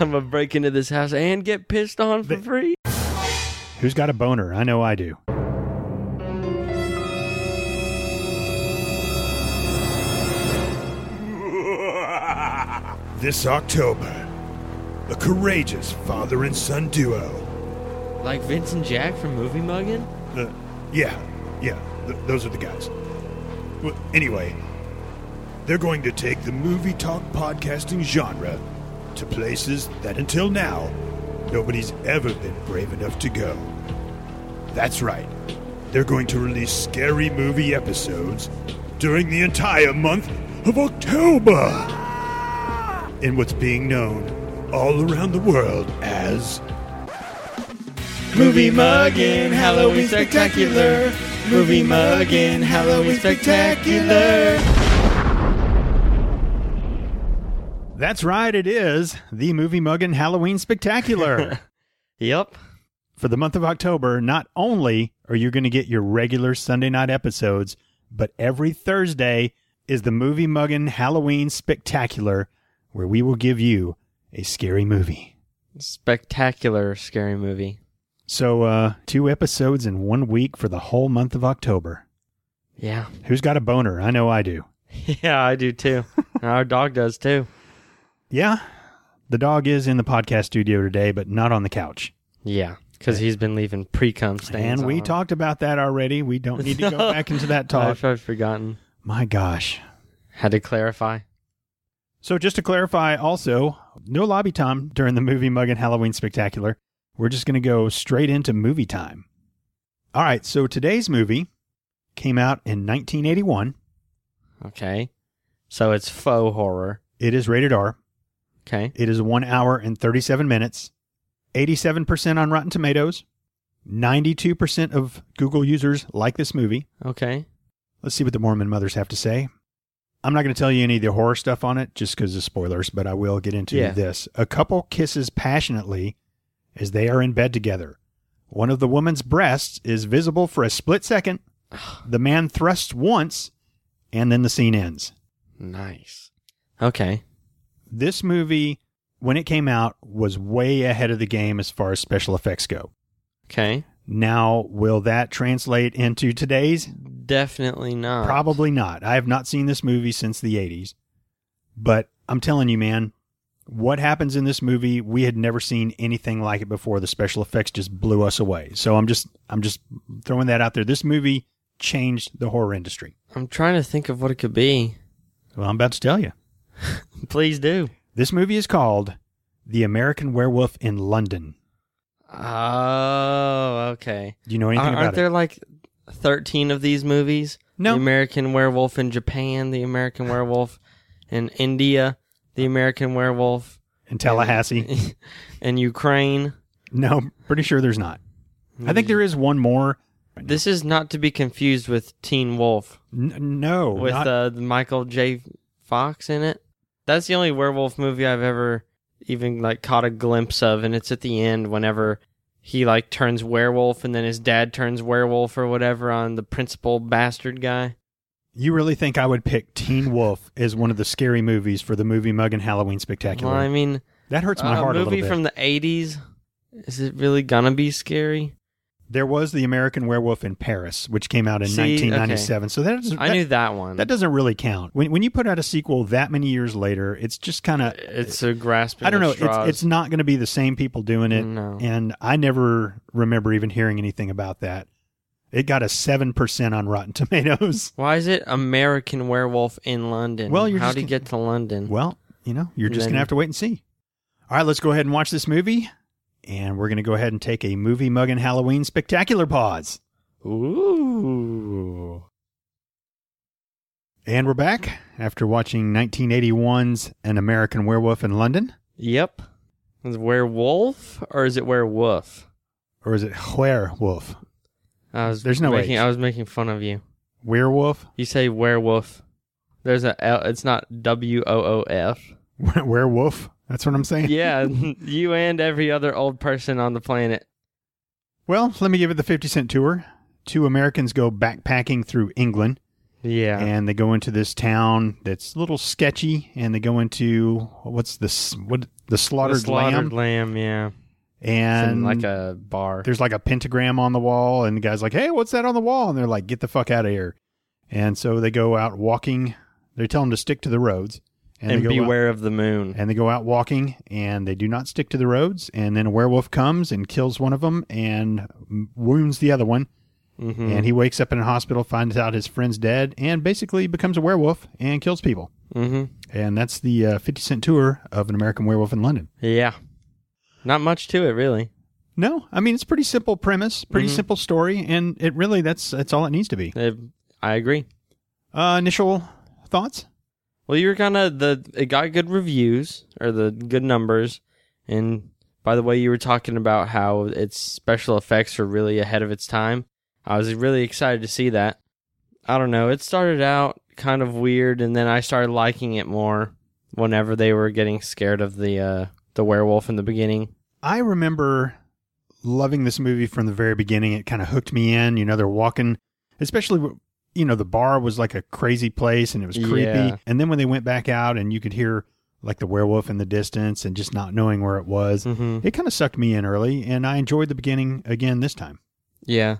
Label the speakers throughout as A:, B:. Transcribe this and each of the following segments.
A: I'm gonna break into this house and get pissed on for free.
B: Who's got a boner? I know I do.
C: This October, the courageous father and son duo.
A: Like Vince and Jack from Movie Muggin?
C: The, yeah, yeah, th- those are the guys. Well, anyway, they're going to take the movie talk podcasting genre to places that until now nobody's ever been brave enough to go. That's right. They're going to release scary movie episodes during the entire month of October in what's being known all around the world as
A: Movie Muggin Halloween Spectacular. Movie Muggin Halloween Spectacular.
B: That's right, it is the Movie Muggin Halloween Spectacular.
A: Yep.
B: For the month of October, not only are you going to get your regular Sunday night episodes, but every Thursday is the Movie Muggin Halloween Spectacular, where we will give you a scary movie.
A: Spectacular scary movie.
B: So, uh, two episodes in one week for the whole month of October.
A: Yeah.
B: Who's got a boner? I know I do.
A: Yeah, I do too. Our dog does too.
B: Yeah, the dog is in the podcast studio today, but not on the couch.
A: Yeah. Because he's been leaving pre cum stains.
B: and we
A: on him.
B: talked about that already. We don't need to go back into that talk.
A: I've, I've forgotten.
B: My gosh.
A: Had to clarify.
B: So, just to clarify, also, no lobby time during the movie Mug and Halloween Spectacular. We're just going to go straight into movie time. All right. So, today's movie came out in 1981.
A: Okay. So it's faux horror.
B: It is rated R.
A: Okay.
B: It is one hour and 37 minutes, 87% on Rotten Tomatoes. 92% of Google users like this movie.
A: Okay.
B: Let's see what the Mormon mothers have to say. I'm not going to tell you any of the horror stuff on it just because of spoilers, but I will get into
A: Yeah.
B: this. A couple kisses passionately as they are in bed together. One of the woman's breasts is visible for a split second. The man thrusts once, and then the scene ends.
A: Nice. Okay.
B: This movie, when it came out, was way ahead of the game as far as special effects go.
A: Okay.
B: Now, will that translate into today's
A: Definitely not.
B: Probably not. I have not seen this movie since the 80s. But I'm telling you, man, what happens in this movie, we had never seen anything like it before. The special effects just blew us away. So I'm just I'm just throwing that out there. This movie changed the horror industry.
A: I'm trying to think of what it could be.
B: Well, I'm about to tell you.
A: Please do.
B: This movie is called The American Werewolf in London.
A: Oh, okay.
B: Do you know
A: Are,
B: anything
A: not
B: about
A: there
B: it?
A: like 13 of these movies?
B: No.
A: The American Werewolf in Japan, The American Werewolf in India, The American Werewolf
B: In Tallahassee?
A: in Ukraine.
B: no, pretty sure there's not. I think there is one more.
A: This is not to be confused with Teen Wolf.
B: N- no,
A: with
B: not-
A: uh, Michael J. Fox in it. That's the only werewolf movie I've ever even like caught a glimpse of, and it's at the end whenever he like turns werewolf, and then his dad turns werewolf or whatever on the principal bastard guy.
B: You really think I would pick Teen Wolf as one of the scary movies for the movie Mug and Halloween Spectacular?
A: Well, I mean,
B: that hurts my
A: uh,
B: heart
A: a
B: a little
A: movie
B: bit.
A: from the '80s. Is it really gonna be scary?
B: there was the American Werewolf in Paris, which came out in
A: See,
B: 1997. So that doesn't,
A: I
B: that,
A: knew that one.
B: that doesn't really count. When when you put out a sequel that many years later, it's just kind of
A: it's a grasping.
B: I don't
A: at
B: know. It's,
A: straws.
B: it's not going to be the same people doing it,
A: No.
B: and I never remember even hearing anything about that. It got a seven percent on Rotten Tomatoes.
A: Why is it American Werewolf in London?
B: Well, you're
A: how
B: just
A: do you
B: gonna-
A: get to London?
B: Well, you know, you're just
A: Then-
B: going to have to wait and see. All right, let's go ahead and watch this movie. And we're going to go ahead and take a movie mug and Halloween spectacular pause.
A: Ooh.
B: And we're back after watching 1981's An American Werewolf in London.
A: Yep. Is it werewolf or is it werewolf?
B: Or is it werewolf?
A: I was
B: There's no
A: making,
B: H.
A: I was making fun of you.
B: Werewolf?
A: You say werewolf. There's a L. It's not W O O F.
B: Werewolf? That's what I'm saying.
A: Yeah, you and every other old person on the planet.
B: Well, let me give it the 50 cent tour. Two Americans go backpacking through England.
A: Yeah.
B: and they go into this town that's a little sketchy and they go into what's this what the slaughtered,
A: The slaughtered
B: lamb,
A: lamb. yeah. It's
B: and
A: in like a bar.
B: there's like a pentagram on the wall, and the guy's like, "Hey, what's that on the wall?" And they're like, "Get the fuck out of here!" And so they go out walking. They tell him to stick to the roads,
A: And,
B: they go out-
A: beware of the moon.
B: and they go out walking, and they do not stick to the roads. And then a werewolf comes and kills one of them and wounds the other one.
A: hmm
B: And he wakes up in a hospital, finds out his friend's dead, and basically becomes a werewolf and kills people.
A: hmm
B: And that's the uh, 50 cent tour of an American werewolf in London.
A: Yeah. Not much to it, really.
B: No, I mean it's pretty simple premise, pretty simple story, and it really that's that's all it needs to be.
A: Uh, I agree.
B: Uh, initial thoughts?
A: Well, you were kind of the it got good reviews or the good numbers, and by the way, you were talking about how its special effects are really ahead of its time. I was really excited to see that. I don't know. It started out kind of weird, and then I started liking it more whenever they were getting scared of the uh, the werewolf in the beginning.
B: I remember loving this movie from the very beginning. It kind of hooked me in. You know, they're walking, especially w- you know the bar was like a crazy place and it was creepy.
A: Yeah.
B: And then when they went back out and you could hear like the werewolf in the distance and just not knowing where it was,
A: Mm-hmm.
B: it kind of sucked me in early, and I enjoyed the beginning again this time.
A: Yeah.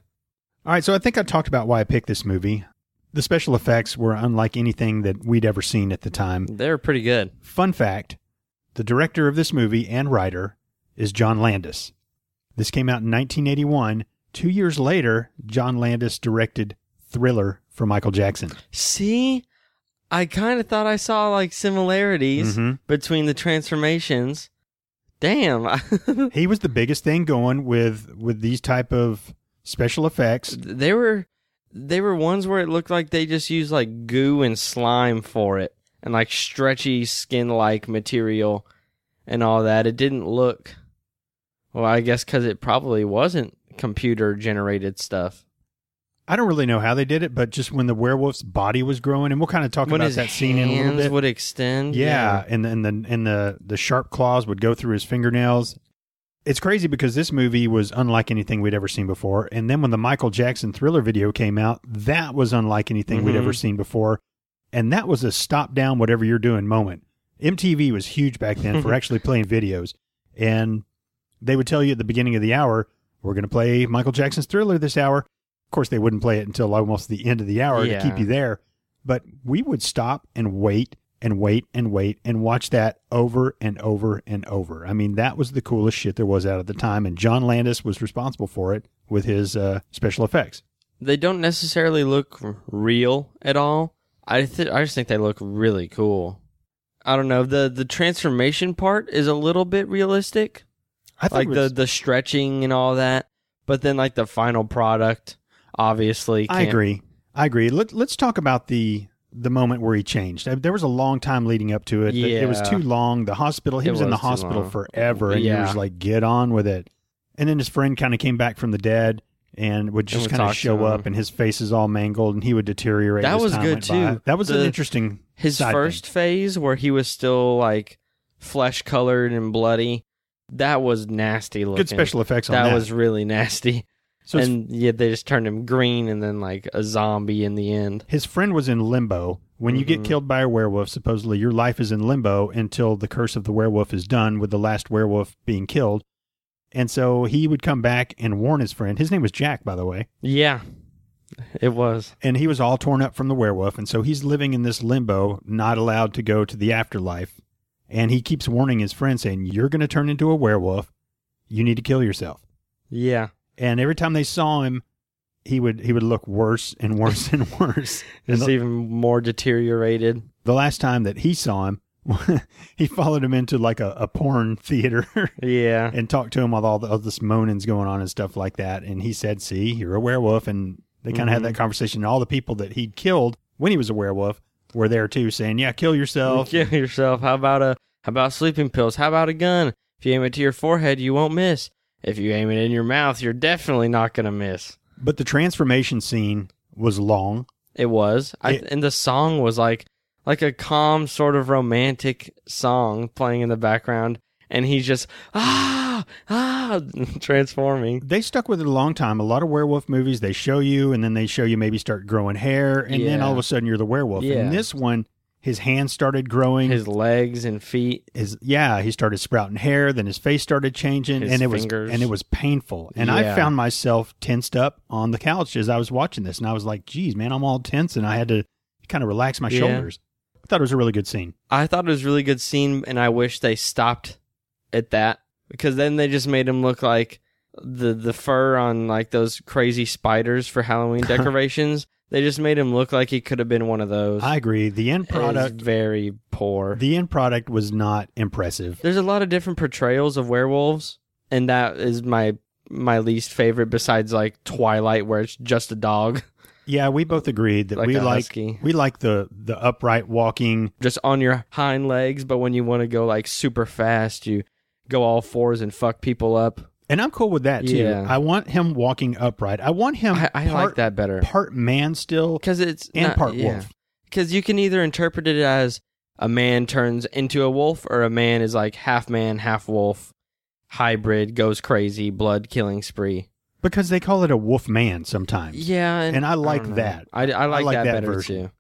B: All right, so I think I talked about why I picked this movie. The special effects were unlike anything that we'd ever seen at the time.
A: They were pretty good.
B: Fun fact the director of this movie and writer is John Landis. This came out in 1981. Two years later, John Landis directed Thriller for Michael Jackson.
A: See, I kind of thought I saw like similarities
B: Mhm.
A: between the transformations. Damn.
B: He was the biggest thing going with with these type of special effects.
A: they were they were ones where it looked like they just used like goo and slime for it and like stretchy skin like material and all that it didn't look well i guess because it probably wasn't computer generated stuff
B: I don't really know how they did it, but just when the werewolf's body was growing, and we'll kind of talk about that scene in a little
A: hands
B: bit.
A: would extend
B: Yeah, and and the and the the sharp claws would go through his fingernails. It's crazy because this movie was unlike anything we'd ever seen before. And then when the Michael Jackson Thriller video came out, that was unlike anything we'd
A: Mhm.
B: ever seen before. And that was a stop down whatever you're doing moment. MTV was huge back then for actually playing videos. And they would tell you at the beginning of the hour, we're going to play Michael Jackson's Thriller this hour. Of course, they wouldn't play it until almost the end of the hour
A: Yeah.
B: to keep you there. But we would stop and wait and wait and wait and watch that over and over and over. I mean, that was the coolest shit there was out at the time. And John Landis was responsible for it with his uh, special effects.
A: they don't necessarily look r- real at all. I th- I just think they look really cool. I don't know the the transformation part is a little bit realistic,
B: I
A: like the the stretching and all that. But then like the final product, obviously,
B: I
A: can't-
B: agree. I agree. Let, let's talk about the the moment where he changed. Uh, There was a long time leading up to it. The- It was
A: Yeah.
B: too long. The hospital. He
A: It
B: was, in the
A: was too
B: hospital
A: long.
B: forever, and he
A: Yeah.
B: was like, "Get on with it." And then his friend kind of came back from the dead and would just
A: would
B: kind of
A: talk to
B: show up,
A: him.
B: and his face is all mangled, and he would deteriorate.
A: That
B: as
A: was
B: time
A: good,
B: went by.
A: too.
B: That was an
A: The-
B: interesting
A: His
B: side
A: first phase where he was still like flesh colored and bloody, that was nasty
B: thing.
A: looking.
B: good special effects on
A: That,
B: that.
A: was really nasty.
B: so his-
A: and yeah, they just turned him green and then like a zombie in the end.
B: his friend was in limbo. When you get
A: Mhm.
B: killed by a werewolf, supposedly your life is in limbo until the curse of the werewolf is done, with the last werewolf being killed. And so he would come back and warn his friend. His name was Jack, by the way.
A: Yeah, it was.
B: And he was all torn up from the werewolf. And so he's living in this limbo, not allowed to go to the afterlife. And he keeps warning his friend, saying, You're going to turn into a werewolf. You need to kill yourself.
A: Yeah.
B: And every time they saw him, he would he would look worse and worse and worse. And
A: It's
B: the-
A: even more deteriorated.
B: the last time that he saw him, he followed him into like a, a porn theater
A: Yeah.
B: and talked to him with all, the, all this moanings going on and stuff like that. And he said, See, you're a werewolf. And they kind of had
A: Mhm.
B: that conversation. And all the people that he'd killed when he was a werewolf were there too, saying, Yeah, kill yourself.
A: Kill yourself. How about a how about sleeping pills? How about a gun? If you aim it to your forehead, you won't miss. If you aim it in your mouth, you're definitely not gonna miss.
B: But the transformation scene was long.
A: It was. I,
B: It-
A: and the song was like like a calm sort of romantic song playing in the background, and he's just ah ah transforming.
B: They stuck with it a long time. A lot of werewolf movies, they show you and then they show you maybe start growing hair. And then
A: Yeah.
B: all of a sudden you're the werewolf.
A: Yeah.
B: And this one, His hands started growing.
A: His legs and feet.
B: his yeah, he started sprouting hair, then his face started changing,
A: His
B: and it
A: fingers.
B: was and it was painful. And I
A: Yeah.
B: found myself tensed up on the couch as I was watching this, and I was like, "Geez, man, I'm all tense," and I had to kind of relax my
A: Yeah.
B: shoulders. I thought it was a really good scene.
A: I thought it was a really good scene, and I wish they stopped at that because then they just made him look like the the fur on like those crazy spiders for Halloween decorations. they just made him look like he could have been one of those.
B: I agree. The end
A: It was
B: product,
A: very poor.
B: the end product was not impressive.
A: There's a lot of different portrayals of werewolves, and that is my my least favorite besides like Twilight, where it's just a dog,
B: Yeah, we both agreed that
A: like
B: we
A: a
B: like
A: husky,
B: we like the the upright walking.
A: just on your hind legs. But when you want to go like super fast, you go all fours and fuck people up.
B: And I'm cool with that too.
A: Yeah.
B: I want him walking upright. I want him
A: I, I
B: Um, part,
A: like that better
B: part man still
A: because it's
B: and
A: not-
B: part
A: yeah.
B: wolf.
A: Because you can either interpret it as a man turns into a wolf, or a man is like half man, half wolf, hybrid, goes crazy, blood killing spree.
B: Because they call it a wolf man sometimes.
A: Yeah,
B: And I like
A: don't know.
B: that.
A: I, I like
B: like
A: that,
B: that
A: better
B: version.
A: too.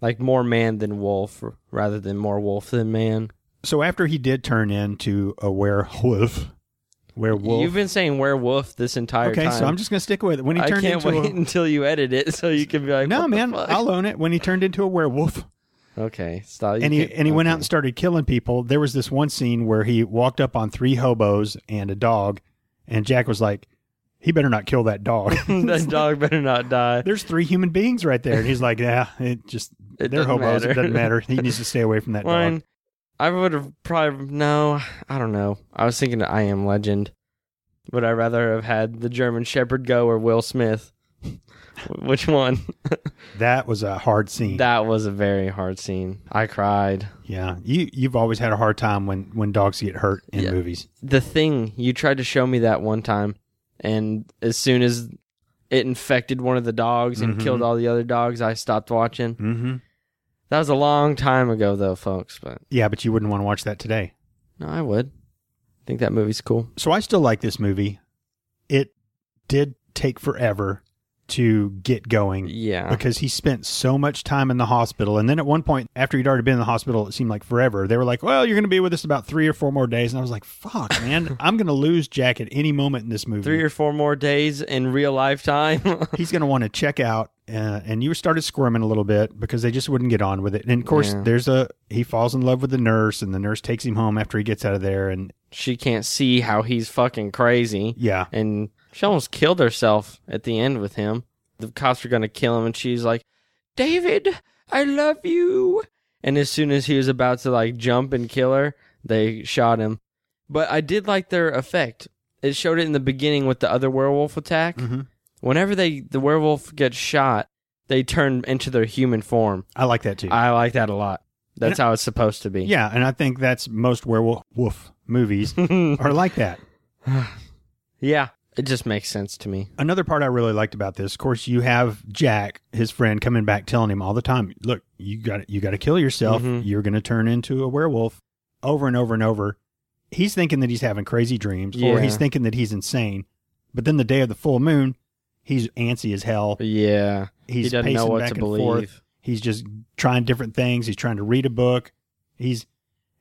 A: Like more man than wolf, r- rather than more wolf than man.
B: So after he did turn into a werewolf, werewolf.
A: You've been saying werewolf this entire
B: okay,
A: time.
B: so I'm just gonna stick with it. When he
A: I
B: turned
A: can't
B: into
A: wait until you edit it so you can be
B: a
A: like,
B: no
A: "What the
B: man,
A: fuck?"
B: I'll own it. When he turned into a werewolf,
A: okay, stop. You
B: and he
A: can't-
B: and he went
A: okay.
B: out and started killing people. There was this one scene where he walked up on three hobos and a dog, and Jack was like, "He better not kill that dog."
A: that dog better not die.
B: There's three human beings right there, and he's like, "Yeah, it just
A: It
B: they're
A: doesn't
B: hobos.
A: matter."
B: It doesn't matter. He needs to stay away from that dog."
A: Mine, I would have probably no. I don't know. I was thinking I am Legend. Would I rather have had the German Shepherd go or Will Smith? Which one?
B: That was a hard scene.
A: That was a very hard scene. I cried.
B: yeah, you you've always had a hard time when when dogs get hurt in
A: Yeah.
B: movies.
A: The thing you tried to show me that one time, and as soon as it infected one of the dogs and
B: Mhm.
A: killed all the other dogs, I stopped watching.
B: Mm-hmm.
A: That was a long time ago, though, folks. But
B: Yeah, but you wouldn't want to watch that today.
A: no, I would. I think that movie's cool.
B: So I still like this movie. It did take forever to get going
A: Yeah.
B: because he spent so much time in the hospital. And then at one point, after he'd already been in the hospital, it seemed like forever. They were like, well, you're going to be with us about three or four more days. And I was like, fuck, man, I'm going to lose Jack at any moment in this movie.
A: Three or four more days in real lifetime.
B: He's going to want to check out. Uh, and you started squirming a little bit because they just wouldn't get on with it. And of course,
A: Yeah.
B: there's a, he falls in love with the nurse and the nurse takes him home after he gets out of there. And
A: she can't see how he's fucking crazy.
B: yeah,
A: And she almost killed herself at the end with him. The cops were going to kill him, and she's like, David, I love you. And as soon as he was about to like jump and kill her, they shot him. But I did like their effect. It showed it in the beginning with the other werewolf attack.
B: Mhm.
A: Whenever they the werewolf gets shot, they turn into their human form.
B: I like that too.
A: I like that a lot. That's how it's supposed to be.
B: Yeah, and I think that's most werewolf woof movies are like that.
A: yeah. It just makes sense to me.
B: Another part I really liked about this, of course, you have Jack, his friend, coming back telling him all the time, "Look, you got you got to kill yourself.
A: Mhm.
B: You're going to turn into a werewolf." Over and over and over, he's thinking that he's having crazy dreams, or
A: Yeah.
B: he's thinking that he's insane. But then the day of the full moon, he's antsy as hell.
A: Yeah.
B: He's
A: he doesn't
B: pacing
A: know what
B: back
A: to
B: and
A: believe.
B: forth. He's just trying different things. He's trying to read a book. He's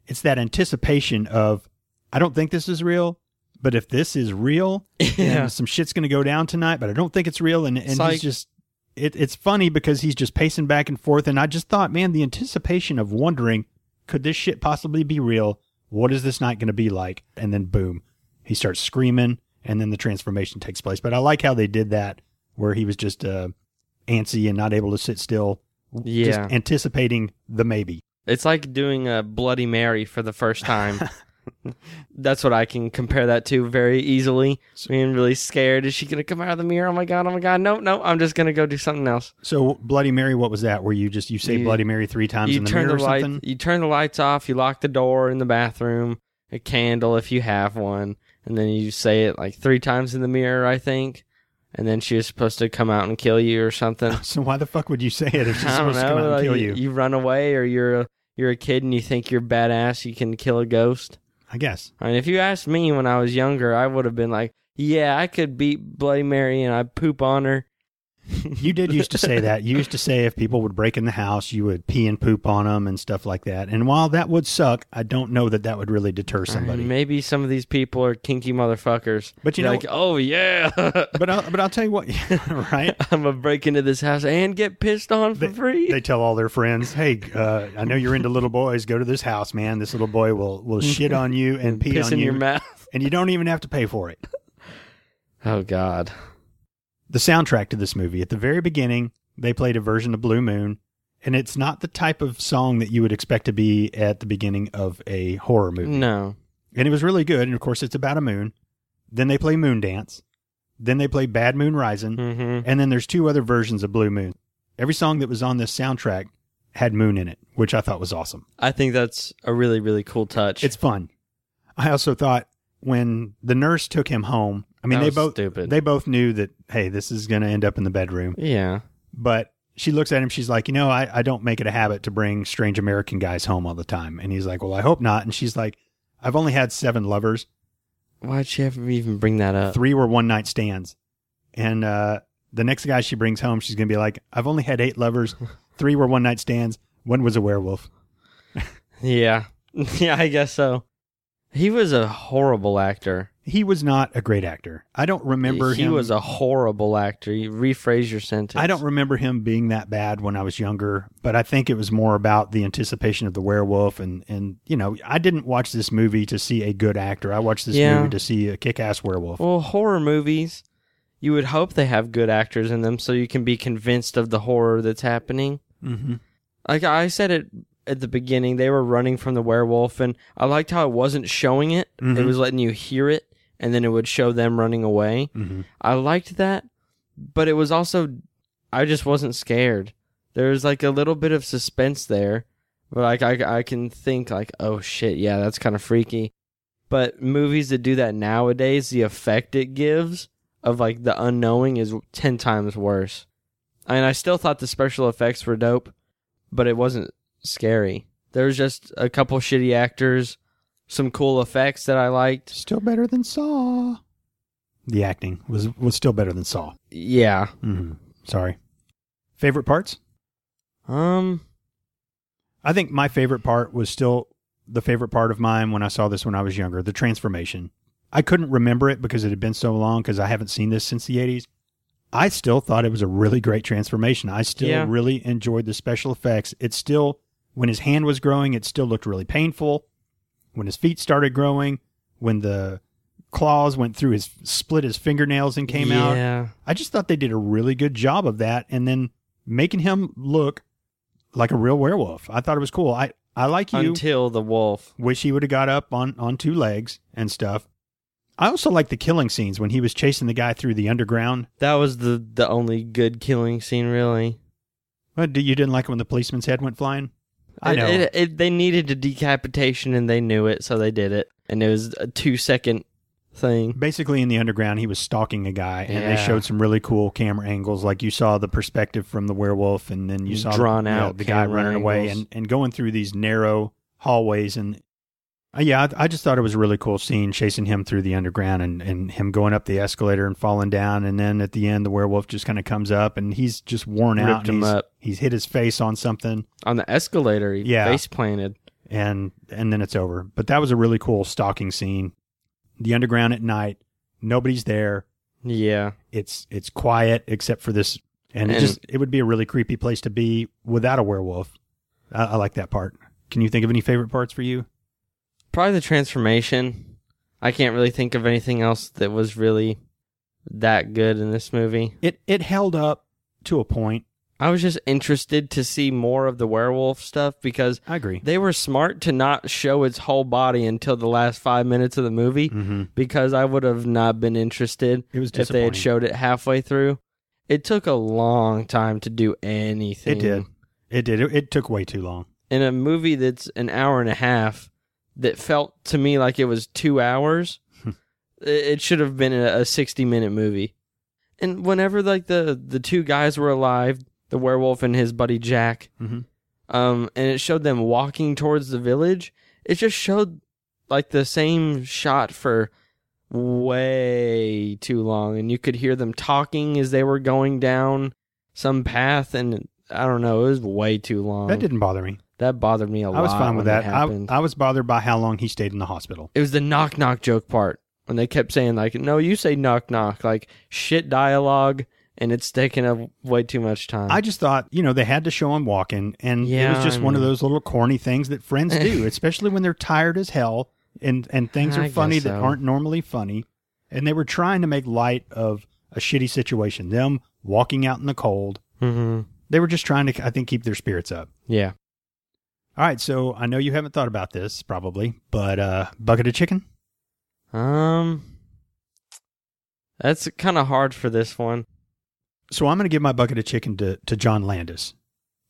B: it's that anticipation of I don't think this is real, but if this is real, yeah.
A: Yeah.
B: some shit's going to go down tonight, but I don't think it's real. And, and
A: It's
B: he's
A: like-
B: just, it, it's funny because he's just pacing back and forth. And I just thought, man, the anticipation of wondering, could this shit possibly be real? What is this night going to be like? And then boom, he starts screaming and then the transformation takes place. But I like how they did that where he was just uh, antsy and not able to sit still, just
A: Yeah.
B: anticipating the maybe.
A: It's like doing a Bloody Mary for the first time. That's what I can compare that to very easily. Being really scared. Is she going to come out of the mirror? Oh my God. Oh my God. No, no. I'm just going to go do something else.
B: So Bloody Mary, what was that? Where you just, you say
A: You-
B: Bloody Mary three times
A: you
B: in the
A: turn
B: mirror
A: the
B: or
A: light,
B: something?
A: You turn the lights off. You lock the door in the bathroom. A candle if you have one. And then you say it like three times in the mirror, I think. And then she was supposed to come out and kill you or something.
B: So why the fuck would you say it if she's
A: I don't
B: supposed to come out
A: know.
B: and
A: like,
B: kill
A: you.
B: you?
A: run away, or you're a, you're a kid and you think you're badass. You can kill a ghost.
B: I guess.
A: I mean, if you asked me when I was younger, I would have been like, "Yeah, I could beat Bloody Mary and I poop on her."
B: You did used to say that. You used to say if people would break in the house, you would pee and poop on them and stuff like that. And while that would suck, I don't know that that would really deter somebody.
A: Maybe some of these people are kinky motherfuckers.
B: But you
A: They're
B: know-
A: like, oh yeah,
B: But I'll, but I'll tell you what, right?
A: I'm gonna break into this house and get pissed on for
B: They-
A: free.
B: They tell all their friends, "Hey, uh, I know you're into little boys. Go to this house, man. This little boy will will shit on you and pee
A: Piss
B: on
A: in
B: you,
A: your mouth.
B: and you don't even have to pay for it."
A: Oh God.
B: the soundtrack to this movie. At the very beginning, they played a version of Blue Moon, and it's not the type of song that you would expect to be at the beginning of a horror movie.
A: No.
B: And it was really good, and of course, it's about a moon. Then they play Moon Dance. Then they play Bad Moon Rising.
A: Mm-hmm.
B: And then there's two other versions of Blue Moon. Every song that was on this soundtrack had Moon in it, which I thought was awesome.
A: I think that's a really really cool touch.
B: It's fun. I also thought when the nurse took him home, I mean,
A: That
B: they
A: was
B: both
A: stupid.
B: they both knew that hey, this is going to end up in the bedroom.
A: yeah.
B: but she looks at him she's like you know I, I don't make it a habit to bring strange american guys home all the time and he's like well i hope not and she's like i've only had seven lovers
A: Why'd she ever even bring that up?
B: three were one night stands and uh, the next guy she brings home she's going to be like i've only had eight lovers three were one night stands one was a werewolf
A: Yeah. yeah, I guess so. He was a horrible actor.
B: he was not a great actor i don't remember
A: he
B: him
A: was a horrible actor. You rephrase your sentence.
B: I don't remember him being that bad when I was younger, but I think it was more about the anticipation of the werewolf and and you know, I didn't watch this movie to see a good actor. I watched this
A: Yeah.
B: movie to see a kick-ass werewolf.
A: Well, horror movies, you would hope they have good actors in them so you can be convinced of the horror that's happening.
B: Mm-hmm.
A: Like I said it at the beginning, they were running from the werewolf, and I liked how it wasn't showing it. It
B: Mhm.
A: was letting you hear it, and then it would show them running away.
B: Mm-hmm.
A: I liked that, but it was also, I just wasn't scared. There was like a little bit of suspense there, but like I, I can think like, oh shit, yeah, that's kind of freaky. But movies that do that nowadays, the effect it gives of like the unknowing is ten times worse. I mean, I still thought the special effects were dope, but it wasn't scary. There was just a couple shitty actors, some cool effects that I liked.
B: Still better than Saw. The acting was was still better than Saw.
A: Yeah.
B: Mm-hmm. Sorry. Favorite parts?
A: Um.
B: I think my favorite part was still the favorite part of mine when I saw this when I was younger, the transformation. I couldn't remember it because it had been so long because I haven't seen this since the 80s. I still thought it was a really great transformation. I still
A: Yeah.
B: really enjoyed the special effects. It still, when his hand was growing, it still looked really painful. When his feet started growing, when the claws went through his, split his fingernails and came out.
A: Yeah.
B: I just thought they did a really good job of that and then making him look like a real werewolf. I thought it was cool. I, I like you.
A: until the wolf.
B: Wish he would have got up on, on two legs and stuff. I also like the killing scenes when he was chasing the guy through the underground.
A: That was the the only good killing scene, really.
B: What, do- you didn't like it when the policeman's head went flying? I
A: It-
B: know.
A: it- it- they needed a decapitation, and they knew it, so they did it. And it was a two second thing.
B: Basically, in the underground, he was stalking a guy, and they
A: Yeah.
B: showed some really cool camera angles. Like you saw the perspective from the werewolf, and then you saw
A: Mm, Drawn
B: you know,
A: out
B: the guy
A: camera
B: running away
A: angles.
B: and, and going through these narrow hallways. And uh, yeah, I, I just thought it was a really cool scene chasing him through the underground and, and him going up the escalator and falling down. And then at the end, the werewolf just kind of comes up, and he's just worn out.
A: Ripped
B: and
A: him
B: he's,
A: up
B: he's hit his face on something
A: on the escalator. He
B: Yeah.
A: face planted.
B: and and then it's over. But that was a really cool stalking scene. The underground at night, nobody's there.
A: Yeah,
B: It's it's quiet except for this, and, it
A: And-
B: just it would be a really creepy place to be without a werewolf. I, I like that part. Can you think of any favorite parts for you?
A: probably the transformation. I can't really think of anything else that was really that good in this movie.
B: It it held up to a point.
A: I was just interested to see more of the werewolf stuff because
B: I agree.
A: they were smart to not show its whole body until the last five minutes of the movie.
B: Mm-hmm.
A: because I would have not been interested
B: It was
A: if they
B: disappointing.
A: had showed it halfway through. It took a long time to do anything.
B: it did. It did. It, it took way too long.
A: In a movie that's an hour and a half, that felt to me like it was two hours.
B: Hmm.
A: i- it should have been a, a sixty-minute movie. And whenever like the the two guys were alive, the werewolf and his buddy Jack,
B: Mhm.
A: um, and it showed them walking towards the village. It just showed like the same shot for way too long, and you could hear them talking as they were going down some path, and I don't know. It was way too long.
B: That didn't bother me.
A: That bothered me a lot.
B: I was fine with
A: when
B: that. I,
A: happened.
B: I was bothered by how long he stayed in the hospital.
A: it was the knock knock joke part when they kept saying like, "No, you say knock knock," like shit dialogue, and it's taking up way too much time.
B: I just thought, you know, they had to show him walking, and it
A: Yeah,
B: was just
A: I
B: one of
A: mean-
B: those little corny things that friends do, especially when they're tired as hell and and things
A: I
B: are
A: guess
B: funny that
A: so.
B: aren't normally funny. And they were trying to make light of a shitty situation. Them walking out in the cold.
A: hmm
B: They were just trying to, I think, keep their spirits up.
A: Yeah,
B: All right, so I know you haven't thought about this probably, but uh, bucket of chicken.
A: um, that's kind of hard for this one.
B: So I'm going to give my bucket of chicken to, to John Landis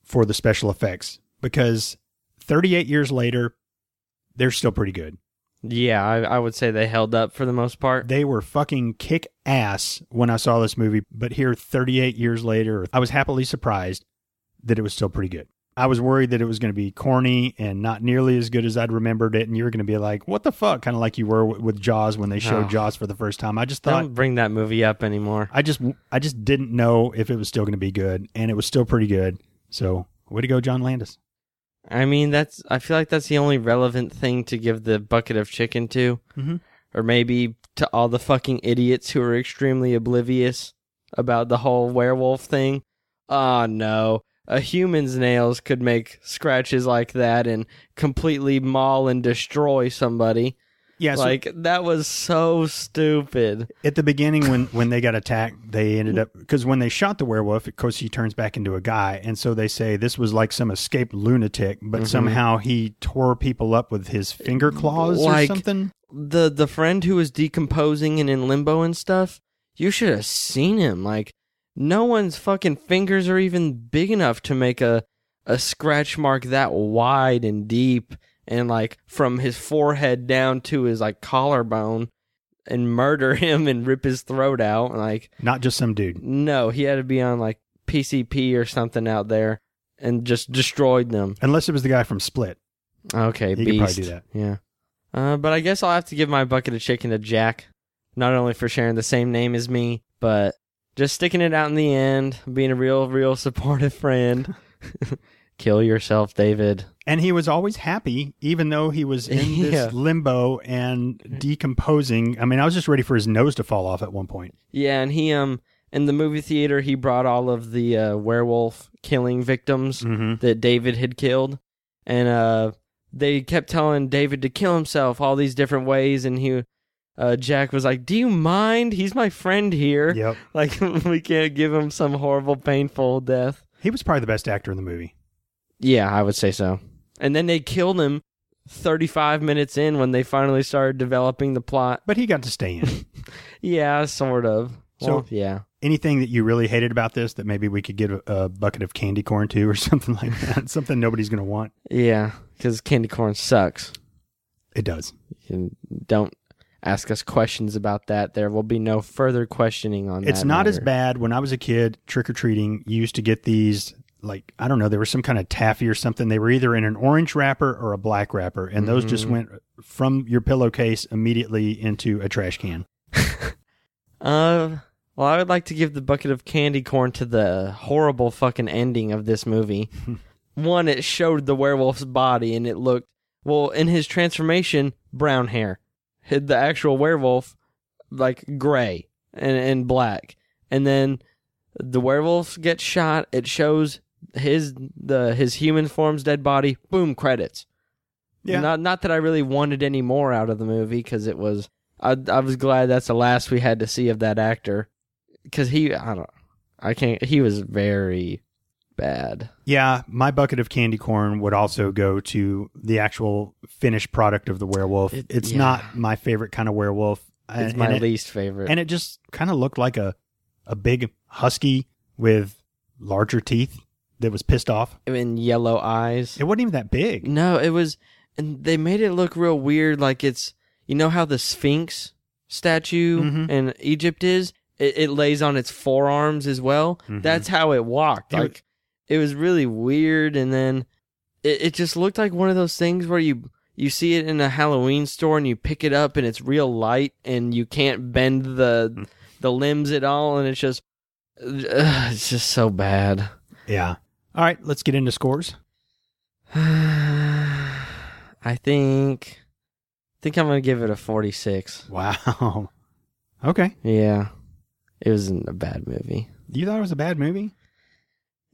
B: for the special effects because 38 years later, they're still pretty good.
A: Yeah, I, I would say they held up for the most part.
B: They were fucking kick ass when I saw this movie, but here 38 years later, I was happily surprised that it was still pretty good. I was worried that it was going to be corny and not nearly as good as I'd remembered it, and you were going to be like, "What the fuck?" Kind of like you were with, with Jaws when they showed
A: Oh.
B: Jaws for the first time. I just thought
A: Don't bring that movie up anymore.
B: I just I just didn't know if it was still going to be good, and it was still pretty good. So way to go, John Landis.
A: I mean, that's. I feel like that's the only relevant thing to give the bucket of chicken to,
B: Mhm.
A: or maybe to all the fucking idiots who are extremely oblivious about the whole werewolf thing. Ah, no, a human's nails could make scratches like that and completely maul and destroy somebody.
B: Yeah, so
A: like that was so stupid.
B: at the beginning when when they got attacked, they ended up because when they shot the werewolf, of course he turns back into a guy, and so they say this was like some escaped lunatic, but
A: Mhm.
B: somehow he tore people up with his finger claws
A: Like-
B: or something.
A: the the friend who was decomposing and in limbo and stuff, you should have seen him. Like no one's fucking fingers are even big enough to make a a scratch mark that wide and deep and like from his forehead down to his like collarbone and murder him and rip his throat out. Like
B: Not just some dude.
A: no, he had to be on like PCP or something out there and just destroyed them.
B: Unless it was the guy from Split.
A: Okay,
B: He could
A: beast.
B: probably do that.
A: Yeah. Uh, but I guess I'll have to give my bucket of chicken to Jack, not only for sharing the same name as me, but just sticking it out in the end, being a real, real supportive friend. Kill yourself, David.
B: And he was always happy, even though he was in this
A: Yeah.
B: limbo and decomposing. I mean, I was just ready for his nose to fall off at one point.
A: Yeah, and he um in the movie theater he brought all of the uh, werewolf killing victims
B: Mm-hmm.
A: that David had killed, and uh, they kept telling David to kill himself all these different ways, and he, uh, Jack was like, "Do you mind? He's my friend here.
B: Yep.
A: Like we can't give him some horrible, painful death."
B: He was probably the best actor in the movie.
A: Yeah, I would say so. And then they killed him. 35 minutes in when they finally started developing the plot.
B: But he got to stay in.
A: Yeah, sort of.
B: So-
A: Well, yeah.
B: Anything that you really hated about this that maybe we could give a, a bucket of candy corn to or something like that? something nobody's going to want?
A: Yeah, cuz candy corn sucks.
B: It does.
A: And don't ask us questions about that. There will be no further questioning on that.
B: It's not as
A: matter.
B: bad. When I was a kid, trick or treating, you used to get these, like, I don't know, there was some kind of taffy or something. They were either in an orange wrapper or a black wrapper. And those just
A: Mhm.
B: went from your pillowcase immediately into a trash can.
A: Uh, well, I would like to give the bucket of candy corn to the horrible fucking ending of this movie. One, it showed the werewolf's body, and it looked well in his transformation, brown hair. Hid the actual werewolf, like gray and and black, and then the werewolf gets shot. It shows his the his human form's dead body. Boom, credits.
B: Yeah.
A: Not not that I really wanted any more out of the movie because it was I I was glad that's the last we had to see of that actor because he I don't I can't he was very bad.
B: Yeah, my bucket of candy corn would also go to the actual finished product of the werewolf.
A: It-
B: it's
A: yeah.
B: not my favorite kind of werewolf.
A: It's
B: Uh, and,
A: my
B: and it,
A: least favorite.
B: and it just kind of looked like a a big husky with larger teeth that was pissed off.
A: And yellow eyes.
B: It wasn't even that big.
A: No, it was and they made it look real weird. Like it's you know how the Sphinx statue
B: Mhm.
A: in Egypt is. It, it lays on its forearms as well.
B: Mhm.
A: That's how it walked.
B: It was-
A: Like it was really weird, and then it, it just looked like one of those things where you you see it in a Halloween store and you pick it up and
B: Hmm.
A: it's real light and you can't bend the the limbs at all, and it's just Ugh, it's just so bad.
B: Yeah. All right, let's get into scores.
A: I think I think I'm gonna give it a 46.
B: Wow. Okay.
A: Yeah, it wasn't a bad movie.
B: You thought it was a bad movie?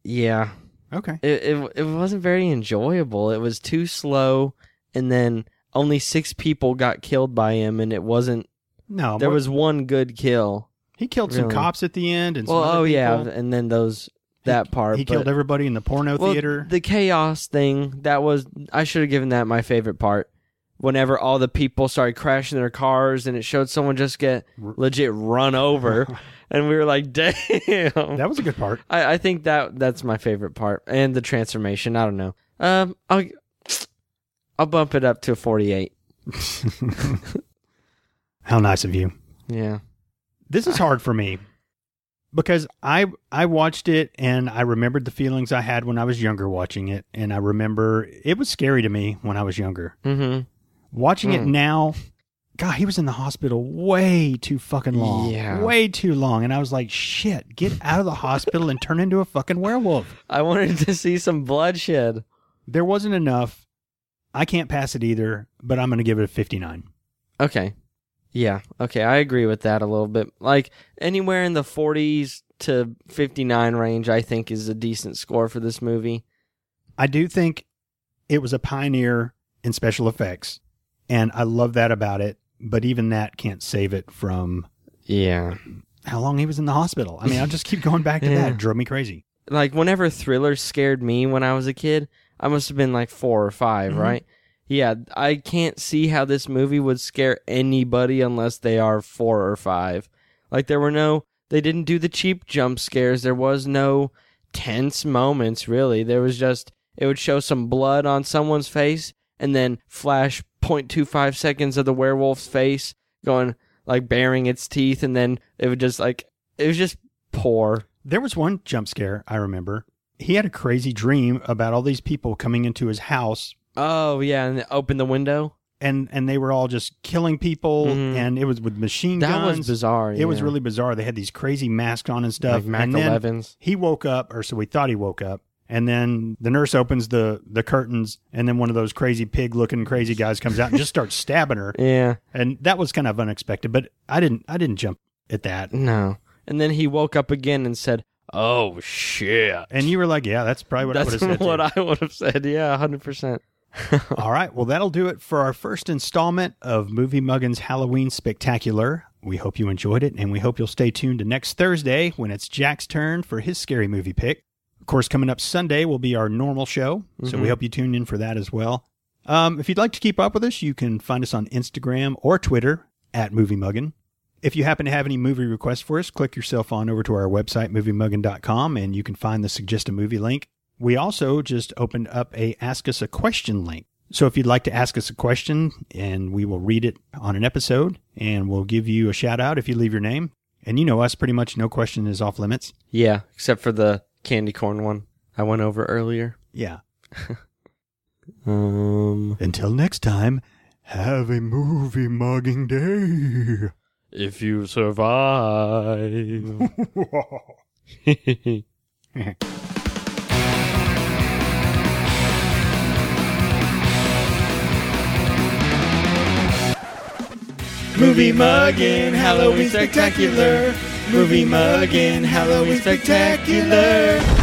A: Yeah,
B: Okay.
A: it it, it wasn't very enjoyable. It was too slow, and then only six people got killed by him, and it wasn't.
B: No,
A: There
B: what-
A: was one good kill.
B: he killed some
A: really.
B: cops at the end and some
A: Well,
B: other
A: oh yeah,
B: people.
A: and then those that part.
B: He
A: but-
B: killed everybody in the porno
A: Well,
B: theater.
A: The chaos thing that was I should have given that my favorite part. Whenever all the people started crashing their cars and it showed someone just get
B: R-
A: legit run over, and we were like, "Damn!"
B: that was a good part.
A: I, I think that that's my favorite part and the transformation. I don't know. Um, I'll I'll bump it up to a forty-eight.
B: How nice of you.
A: Yeah,
B: This is hard for me because I I watched it and I remembered the feelings I had when I was younger watching it and I remember it was scary to me when I was younger.
A: mm-hmm.
B: Watching it
A: Hmm.
B: now, God, he was in the hospital way too fucking long.
A: Yeah.
B: Way too long. And I was like, shit, get out of the hospital and turn into a fucking werewolf.
A: I wanted to see some bloodshed.
B: There wasn't enough. I can't pass it either, but I'm going to give it a 59.
A: Okay. Yeah. Okay. I agree with that a little bit. Like anywhere in the 40s to 59 range, I think is a decent score for this movie.
B: I do think it was a pioneer in special effects, and I love that about it. But even that can't save it from
A: Yeah.
B: how long he was in the hospital. I mean, I'll just keep going back to
A: Yeah.
B: that. It drove me crazy.
A: Like whenever thrillers scared me when I was a kid, I must have been like four or 5
B: Mhm.
A: right? Yeah. I can't see how this movie would scare anybody unless they are four or five. Like there were no, they didn't do the cheap jump scares. There was no tense moments really. There was just it would show some blood on someone's face and then flash 0.25 seconds of the werewolf's face going like baring its teeth and then it would just like it was just poor.
B: There was one jump scare I remember. He had a crazy dream about all these people coming into his house,
A: Oh yeah, and open the window.
B: and and they were all just killing people,
A: Mhm.
B: and it was with machine
A: That
B: guns.
A: was bizarre.
B: It was really bizarre. They had these crazy masks on and stuff.
A: like Mac
B: and then
A: 11s.
B: he woke up or so we thought he woke up and then the nurse opens the the curtains and then one of those crazy pig looking crazy guys comes out and just starts stabbing her
A: Yeah,
B: and that was kind of unexpected but i didn't i didn't jump at that
A: no. And then he woke up again and said, "Oh shit."
B: and you were like yeah that's probably what i would
A: That's
B: have said
A: what
B: too.
A: I would have said. Yeah, 100%.
B: all right well that'll do it for our first installment of movie muggins halloween spectacular we hope you enjoyed it and we hope you'll stay tuned to next thursday when it's jack's turn for his scary movie pick Of course, coming up Sunday will be our normal show, so we
A: Mhm.
B: hope you tune in for that as well. Um, if you'd like to keep up with us, you can find us on Instagram or Twitter at Movie Muggin. If you happen to have any movie requests for us, click yourself on over to our website, moviemuggin.com, and you can find the Suggest a Movie link. We also just opened up a Ask Us a Question link. So if you'd like to ask us a question, and we will read it on an episode, and we'll give you a shout out if you leave your name. And you know us, pretty much no question is off limits.
A: Yeah, except for the candy corn one I went over earlier.
B: Yeah.
A: Um,
B: Until next time, have a movie mugging day.
A: if you survive.
D: Movie muggin' Halloween spectacular. Movie muggin' Halloween spectacular.